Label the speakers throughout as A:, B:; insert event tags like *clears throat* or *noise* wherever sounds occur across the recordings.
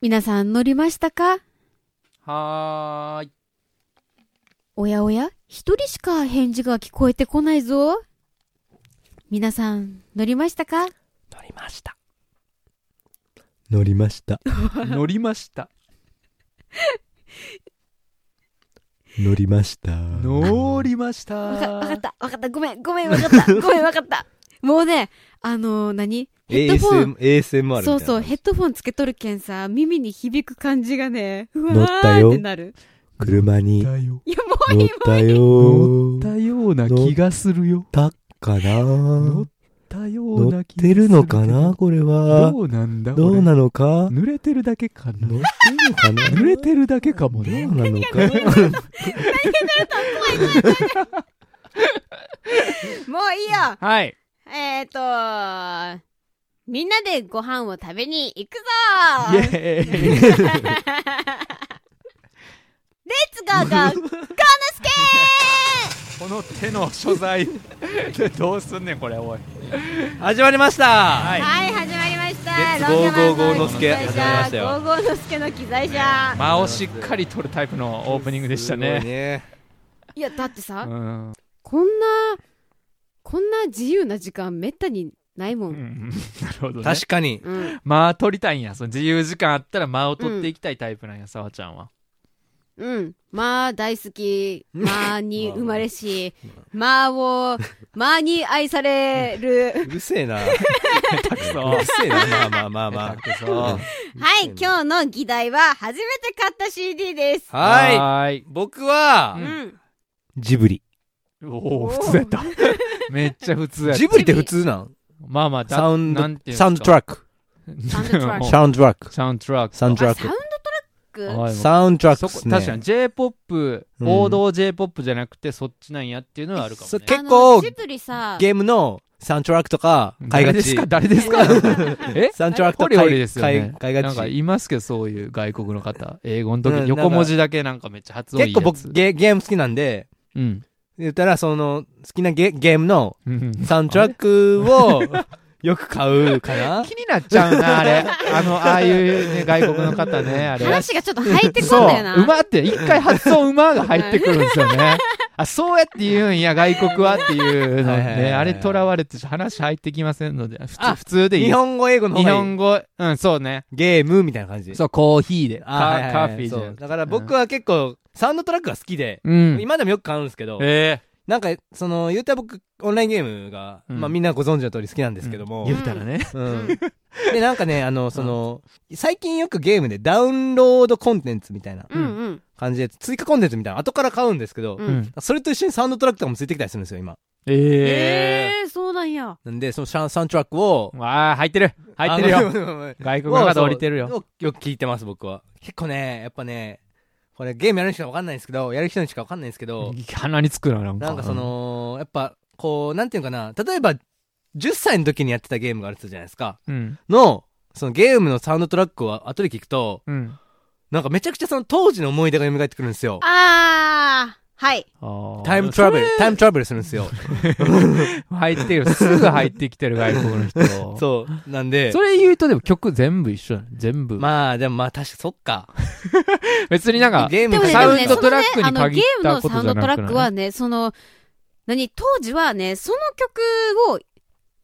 A: 皆さん乗りましたか
B: はーい。
A: おやおや、一人しか返事が聞こえてこないぞ。皆さん乗りましたか
B: 乗りました。
C: 乗りました。
B: 乗りました。
C: 乗りました。
B: 乗りまし。
A: わかわかったた、わかった、ごめん、ごめん、わか *laughs* った、ごめん、わかった。もうね、あのー、何ヘッドフォン。
C: ASM ASMR みたいな。
A: そうそう、ヘッドフォンつけとるけんさ、耳に響く感じがね、うわ
C: 乗った
A: ー
C: よ
A: ってなる。
C: 車に
B: だよ。
A: いや、もう
C: 乗
A: い
C: っ
A: い、
C: たよー。
B: だような気がするよ。
C: たかな
B: 乗
C: 乗
B: ったよう
C: 乗
B: な
C: っ
B: 気がする
C: て
B: けど。
C: るのかなこれは
B: ど。うなんだ
C: どう
B: の
C: なのか
B: 濡れてるだけかな
C: 乗ってるのかな
B: 濡れてるだけかもね
C: どう。なのか
A: もういいよ
B: はい。
A: えーと、みんなでご飯を食べに行くぞ
B: イエー
A: *laughs*
B: イ。
A: レッツゴーゴー
B: この手の所在 *laughs* どうすんねんこれおい
C: 始まりました
B: はい
A: はい、始まりました
C: レッツ
A: ロン
C: ゴ
A: ゲ
C: ーゴー
A: マン
C: ゴーのすけ
A: 機材
C: 始まりました
A: 車
C: よ
A: ゴーゴーのすけの機材車
B: 間をしっかり取るタイプのオープニングでした
C: すごい
B: ね
C: ね。
A: いや、だってさ、
B: うん
A: こんな、こんな自由な時間めったにないも。
B: うんん *laughs* なるほどね
C: 確かに。
A: うん。
B: 間を取りたいんやその自由時間あったら間を取っていきたいタイプなんやさわちゃんは
A: うん。まあ、大好き。まあに生まれし。まあを、まあに愛される。
C: うるせえな。う
B: たくそ
C: るせえな。まあまあまあま
B: く
C: あ。
A: はい、
C: うるせえな
A: 今日の議題は、初めて買った CD です。
C: はーい。
B: はい
C: 僕
A: う
C: は、
A: ん。
C: ジブリ。
B: おお
A: おー
B: 普通やっためっちゃ普通やった
C: ジブリって普通なん
B: まあまあだ
C: サウン
B: なんて
C: ド、
B: いうんですか
C: サウンドトラック。
A: サウンドトラック
B: もう
C: サウンドトラック。
B: *laughs* サウンドトラック
C: サウンドトラ
A: あ、
C: ッ
A: サウン
C: ク。
A: ドトラック
B: はい
C: サウンドトラック
B: そ
C: っ
B: こ
C: すね。
B: 確かに J−POP
C: うん
B: 王道 J−POP じゃなくてそっちなんやっていうのはあるかも
C: そう
B: ね
C: 結
A: あの
C: 構
A: ジブリさ、
C: ゲームのサウンドトラックとか買
B: 誰
C: いが
B: です
C: ち
B: か。誰です
C: *laughs*
B: かえ
C: サウンドトラックと
B: ホ
C: か
B: リ
C: 買
B: ホ
C: い
B: リですよ
C: 買
B: ね
C: い。買いが
B: なんか
C: ち。
B: いますけど、そういう外国の方。英語の
C: うん
B: 時、
C: なんか
B: 横文字だけなんかめっちゃ発音いい
C: 結
B: やつ
C: 構僕ゲゲーム好きなんで、
B: うん。
C: 言ったらその好きなゲゲームの
B: うん *laughs*
C: サウンドトラックをよく買うかな。
B: 気になっちゃうな、あれ。あの、ああいうね、外国の方ね、あれ。
A: 話がちょっと入ってこ
B: そ
A: ん
B: う、
A: だよな。
B: 馬って、一回発音馬が入ってくるんですよ *laughs* ね。あ、そうやって言うんや、外国はっていうの
C: はいはいはいはい
B: で、あれ囚われて話入ってきませんので、普通
C: あ
B: 普通でいい。
C: 日本語英語の
B: 日
C: 方がいい
B: 本語、うん、そうね。
C: ゲームみたいな感じ。
B: そう、コーヒーで。カ
C: あはいはい
B: カ
C: はい
B: ーフィーじゃ
C: そ
B: な
C: う
B: くて
C: だから僕は結構サウンドトラックが好きで、
B: うん。
C: 今でもよく買うんですけど、
B: ええ。
C: なんかその言ったら僕オンラインゲームが、
B: うん
C: まあみんなご存知の通り好きなんですけども、
B: 言うたらね。
C: *laughs* うん、でなんかねあのその最近よくゲームでダウンロードコンテンツみたいな
A: うんうん。
C: 感じで追加コンテンツみたいな後から買うんですけど、
A: うん
B: うん。
C: それと一緒にサウンドトラックとかもついてきたりするんですよ今
B: ええ。
A: えー、そうなんや。
C: なんでそのシャンサウンドトラックを
B: わあ、入ってる入ってるよ *laughs*
C: よ
B: 外国の方降りてるよ。
C: よく聞いてます僕は結構ねやっぱねこれゲームやる人しか分かんないんですけどやる人にしか分かんないんですけど
B: 鼻につくな、なんか。
C: なんかそ、のやっぱこうなんていうのかな例えば10歳の時にやってたゲームがあるって言ったじゃないですか
B: うん。
C: のそのゲームのサウンドトラックを後で聞くと
B: うん。
C: なんかめちゃくちゃその当時の思い出が蘇ってくるんですよ。
A: あー、はい。
C: タイムトラベル、タイムトラベルするんですよ。
B: ル。入ってる。すぐ入ってきてる外国の人。
C: *laughs*
B: そ
C: そう。なんで、
B: れ言うとでも曲全部一緒だね全部。
C: まあでもまあ確かそっか。
B: 別になんか、
C: ゲー
A: で
C: ム
A: もね、
B: サ
A: でも
B: ウ
A: ね、
B: ン
A: その
B: ドトラ
A: ね
B: ック、
A: あ
B: に
A: の、
B: 限
A: ゲ
B: っ
A: ーム
B: た
A: の
B: こ
A: サ
B: と
A: ウン
B: じ
A: ド
B: ゃな
A: ト
B: くな
A: ラ
B: い
A: ックはね、その、何、当時はね、その曲を、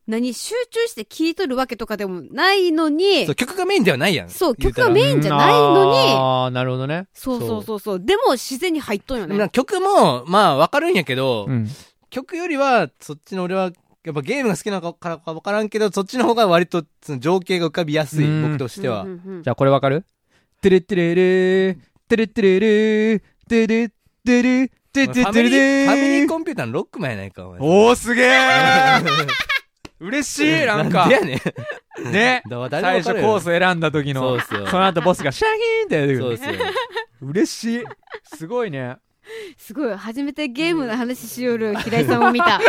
A: 何、集中して聴いとるわけとかでもないのに
C: そう、曲がメインではないやん。
A: そう、
C: 言
A: 曲
C: たら
A: がメインじゃないのに、
B: ああ、なるほどね。
A: そうそうそうそう、でも自然に入っとんよ
C: でもなん
A: ね。
C: か曲も、まあわかるんやけど、
B: うん。
C: 曲よりはそっちの俺は、やっぱゲームが好きなのからかわからんけど、そっちの方が割とその情景が浮かびやすい、
B: うん
C: 僕としては
A: うん。うんうん
B: じゃあこれわかるてれてれれー、てれてれれー、てれてれ、て
C: フ
B: れ
C: ァ
B: てれ
C: ミリーファミリー
B: ー。
C: コンピューターのロックマンやないか、お前。
B: おー、すげえ *laughs* 嬉しい、なんか
C: で。やねん。
B: ね。
C: だ
B: 最
C: 誰で
B: 初
C: も
B: コー
C: わ
B: ス
C: か
B: 選んだ時
C: そ
B: の
C: うっすよ
B: その後ボスがシャヒーンって出
C: る
B: て
C: よ。
B: く
C: そう
B: る
C: ですよ。
B: 嬉しいすごいね
A: すごい、初めてゲームの話しよる平井さんを見た。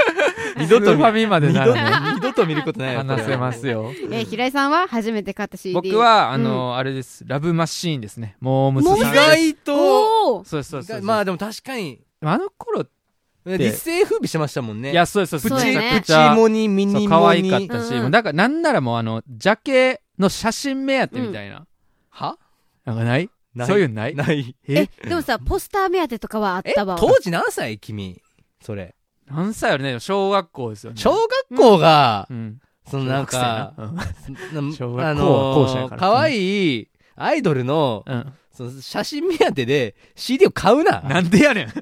B: 二度とファミまで
C: 二
B: な
C: 度
B: らね
C: と二度と見ることないよ
B: 話せます。よ
A: えー平井さんは初めて買った CD。
B: 僕、はあのあれですラブマシーンですねモームス
C: これ
B: さ
C: は
B: ん
C: 意外と、
A: おー
B: そうですそうですそうです
C: まあでも確かに、
B: あの頃
C: 一世風靡してましたもんね。
B: いやそうですそうです
A: そうやね
B: めちゃく
C: プチ
B: ちゃ
C: モニ、ミニ
B: そ
C: モニ。
B: う可愛かったし
A: うんうん
B: もうだからなんならもうあのジャケの写真目当てみたいな
C: は
B: なんかない
C: ない
B: そういうのない
C: ない。
A: え、でもさ、ポスター目当てとかはあっ
C: え
A: たわ。
C: 当時何歳君。それ。
B: 何歳よりね、小学校ですよね。
C: 小学校が
B: う、ん。
C: そのなんか、
B: 小学
C: な
B: 小学校
C: あ
B: 校舎や
C: の
B: から
C: ー、可愛いアイドルの
B: 生やなうん。
C: その写真目当てで CD を買うな。
B: なんでや *laughs* ねん。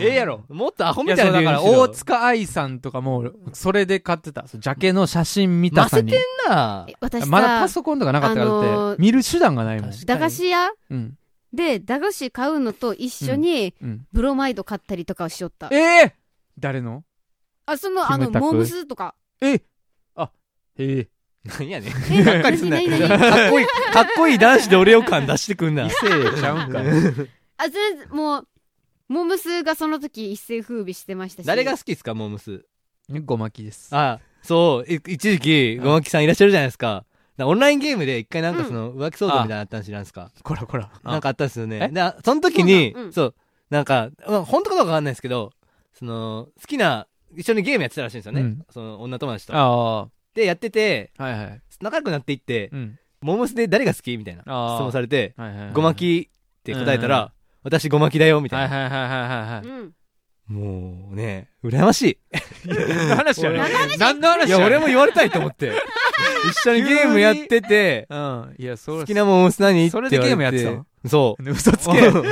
B: ええやろ。
C: もっとアホ
B: い
C: み
B: や、
C: た
B: そ
C: いう
B: だ
C: な
B: から、
C: 理由
B: 大
C: にしろ
B: 塚愛さんとかも、それで買ってた。そうジャケの写真見たさに
C: ませ。てんな
A: え。私さ、
B: まだパソコンとかなかったから、だって、
A: あのー
B: 見る手段がないもん。
C: 確
A: 駄菓子屋
B: うん。
A: で、駄菓子買うのと一緒に、
B: うん。
A: ブロマイド買ったりとかをしよった。
B: ええ誰の
A: あ、その、あ
B: キ
A: の、
B: ムタク
A: モームスとか。
B: ええ。
C: 何やねん。
A: え、
C: がっかりすんな
A: 何
C: よ
A: 何
C: か
A: 何
C: っこいい、かっこいい男子で俺を感出してくんな
B: 異。性ちゃうんかい。
A: あ、全然、もう、モームスがその時一世風靡してましたし。
C: 誰が好きですか、モームス。
B: ごまきです。
C: あ、そう、い一時期、ごまきさんいらっしゃるじゃないですか。だオンラインゲームで一回なんかその浮気騒動みたいなのあったん知らんすか
B: こらこら。
C: なん
B: か、
C: かあったんですよ
B: え。
C: ねで、あその時に
A: そうなんう、ん
C: そう、なんか、まあ本当かどうかわかんないですけど、その、好きな、一緒にゲームやってたらしいんですよ
B: う
C: ね
B: ん。
C: その、女友達と。
B: あ
C: で、やってて、
B: あ、はいはい。
C: 仲良くなっていって
B: う、ん。
C: モームスで誰が好きみたいな質
B: あー
C: 問されて、
B: はいはいはい。
C: ごまきって答えた
B: うん
C: ら、私ごまきだよ、みた
B: はい
C: いな。
B: はいはいはいは
A: うん。
C: もうね、羨ましい。
B: い。何の話やねん何の
C: い
B: 話や
C: や、
B: ねん
C: 俺も言われたいと
B: *laughs*
C: 思って。一緒にゲームやってて、
B: うん。いや、そう
C: 好きなもんす何って言われて。
B: それでゲームやってたの
C: そ
B: *laughs*
C: う。
B: 嘘つけ。
C: うん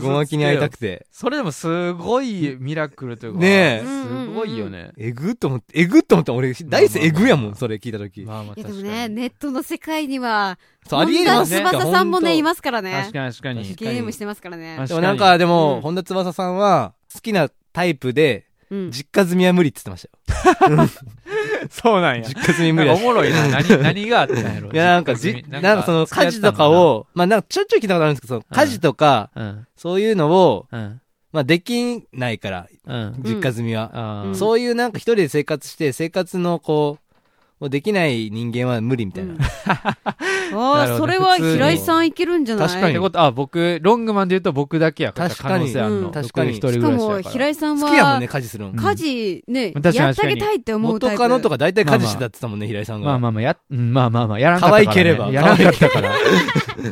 C: ごまきに会いたくて。
B: それでもすごいミラクルというか。
C: ねえ
B: すごいよね。
C: えぐっと思って、えぐっと思った。俺、大勢えぐやもん、それ聞いたとき。
B: まあまあ
A: いや、でも
B: 確か
A: ね、
B: に。
A: ネットの世界には、
C: そう、ありえ
A: 本
C: ま
A: 田
C: すね。
A: 翼さんもね、い
C: 今
A: ますからね
B: 確。かに確かに。
A: ゲームしてますからね。
C: でもなんか、で
A: う
C: も
A: ん、
C: 本田翼さんは、好きなタイプで、
A: うん。
C: 実家住みは無理って言って
B: そうなんや
C: まし。たよ。実家住み無
B: なんか
C: 理だ
B: お
C: し。
B: もろいな。何、何があったんやろ。
C: いや、なんかじ、なんかその、家事とか、を、まあなんかちょいちょい聞いたことあるんですけど、その家事とか、
B: うん。
C: そういうのを、
B: うん。
C: まあできないから、
B: うん。
C: 実家住みは。
B: あ
A: うん
B: あ。
C: そういうなんか一人で生活して、生活のこう、できない人間は無理み *laughs* たいな。
A: あ
B: なる
A: あ、
B: ほど
A: それは平井さんいけるんじゃない
B: ってこと、あ、僕、ロングマンで言うと僕だけやから。
C: 確かに
B: 可能性あん
A: う
B: の。
A: ん
C: 確かに
B: 僕一人
A: し
B: ぐ
A: から
B: いしや
A: も、
B: から
A: 平井さん
C: 好きやもん
A: は
C: ね、、家事するの。
A: 家事ね
B: 確か、に
A: やってあげたいって思うタ
C: 元
A: イプ。
C: カノとか大体家事してたって言ってたもんね、平井さんが。
B: まあまあまあ、や、うんまあまあまあ、やらんかったから、ね。
C: 可愛ければ
B: やらんかった
C: *laughs*
B: から。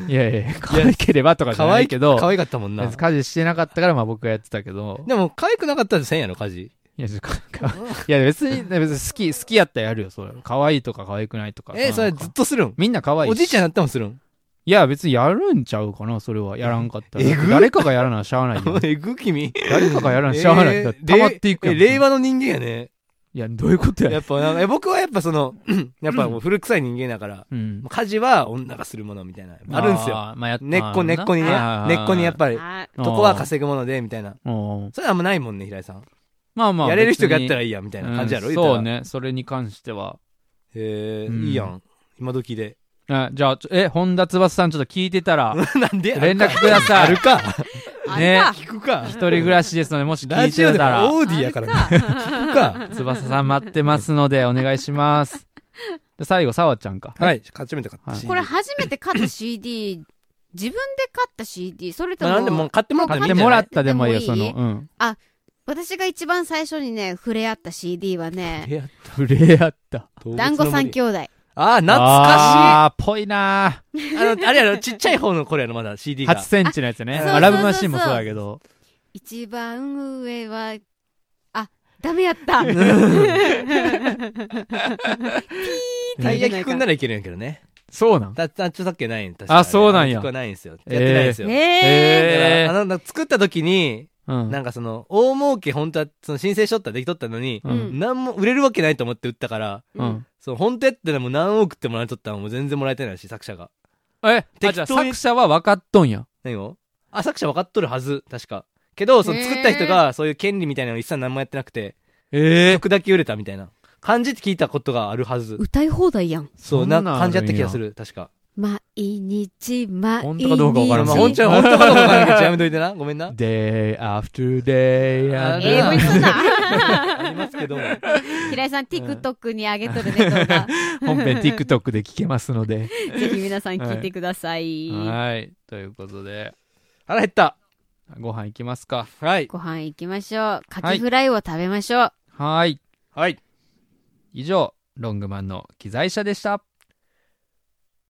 B: いやいや、可愛ければとかじゃ
C: 可
B: な
C: 愛
B: い
C: い
B: け
C: け
B: ど
C: ど。、可愛かったもんな。
B: 家事してなかったから、まあ僕がやってたけど。
C: でも、可愛くなかったらせんやろ、家事。
B: いや、ちょかか *laughs* いや別に、別に好き、好きやったらやるよ、それ。可愛いとか可愛くないとか。
C: え、それ
B: なんか
C: ずっとするん
B: みんな可愛いし。
C: おじいちゃんになってもするん
B: いや、別にやるんちゃうかな、それは。やらんかったら。
C: えぐ
B: 誰かがやらなしゃあないよ
C: *laughs* 。えぐ君。
B: 誰かがやらなしゃあないんだ。
C: *laughs* えー
B: 溜まっていくや
C: え
B: ん。
C: 令
B: い
C: 和の人間やね。
B: や、どういうことやね
C: や
B: ん
C: っぱなんか、え僕はやっぱその、 *clears throat* やっぱもう古臭い人間だから、
B: うん。
C: 家事は女がするものみたいな。あるんすよ。
B: あー。まあ、やっ
C: 根っこ根っこにね
B: はいはいは、い
C: 根っこにやっぱり、
A: あ
B: あー
C: 男は稼ぐもので、みたいな。
B: うん
C: それあんまないもんね、平井さん。
B: まあまあ。
C: やれる人がやった
B: い
C: らいいや、みたいな感じやろ、
B: うん
C: 言ったら
B: そう。ね、それに関しては。
C: へえ
B: うん
C: いいやん。今時で。 *laughs*
B: あじゃあ、ちょえ、本田翼さんちょっと聞いてたら、
C: なんで
B: 連絡ください。
C: あるか。
A: あ
B: ね
A: れか。
C: 聞くか
B: *laughs* 一。人暮らしですので、もし聞
C: ラ
B: い
C: ジオ
B: て
C: で
B: た
C: も
B: ら、
C: オーディやからね。聞くか。
B: 翼さん待ってますので、お願いします。で最後、沢ちゃんか。
C: はい。勝ちめて買った
B: はい
C: し。
A: これ初めて買った CD、自分で買った CD、それと
C: まあなんでも
A: も
C: う、買ってもらった
B: 買
C: ら
B: っ
C: いい
B: て
C: んじゃ
B: も
C: な
B: ら
C: い
B: ったでもいいよ、
A: で
B: そ
A: もいい
B: の、うん。
A: 私が一番最初にね、触れ合った CD はね、
C: え
B: 触れ合った。
C: 動物の森
A: 団子三兄弟。
C: ああ、懐か
B: あー、ぽいな
A: *laughs*
C: しい。あの、あれやろ、ちっちゃい方の頃やろ、まだ CD
B: ー。8
C: が。
B: センチのやつね。
C: あ
B: まあ
A: そう
B: ラブマシーンもそうだけど。
A: 一番上は、あ、ダメやった。
C: たい焼きくんならいけるんやけどね。
B: そうなん
C: た、た、著作権ないん確
B: あそうなんや
C: 著作権ないんですよ。やってないんですよ。
A: ええ。
C: だから
B: え
C: あの、なんか作った時に、
B: ー。うん
C: なんかその、大儲け本当は、その申請しとったらできとったのに、
B: う。
A: うんん
C: なんも売れるわけないと思って売ったから、
B: う
A: うん
B: ん。
C: そう、本当やったらもう何億ってもらえとったらもう全然もらえてないし、作者が。
B: え、あ
C: 適
B: じゃあ
C: 当に
B: 作者は分かっとんや。
C: 何をあ、作者分かっとるはず、確か。けど、その
A: へー
C: 作った人が、そういう権利みたいなの一切何もやってなくて、
B: ええ。
C: 曲だけ売れたみたいな。感じって聞いたことがあるはず。
A: 歌い放題やん。
C: そう、
B: そんな
C: なん
B: あ
C: ん
B: るんや
C: か感じやった気がする、確か。
A: 毎日、毎日。
B: 本当かどうかわからん
C: ま
B: な
C: あ、
B: い
C: 本ちゃん、本当かどうかわからんけど、やめといてな。ごめ
B: *laughs*
C: んな。
B: day after day
C: *laughs* あ
B: after
A: 英語にすんな。
C: *laughs* ありますけども。
A: 平井さん、TikTok に上げとるね、動画。
B: 本編 TikTok で聞けますので。
A: ぜひ皆さん聞いてください。
B: はい。ということで、
C: 腹減った。
B: ご飯行きますか。
C: はい。
A: ご飯行きましょう。カキフライを食べましょう。
B: はい。
C: はい。
B: 以上、ロングマンの機材車でした。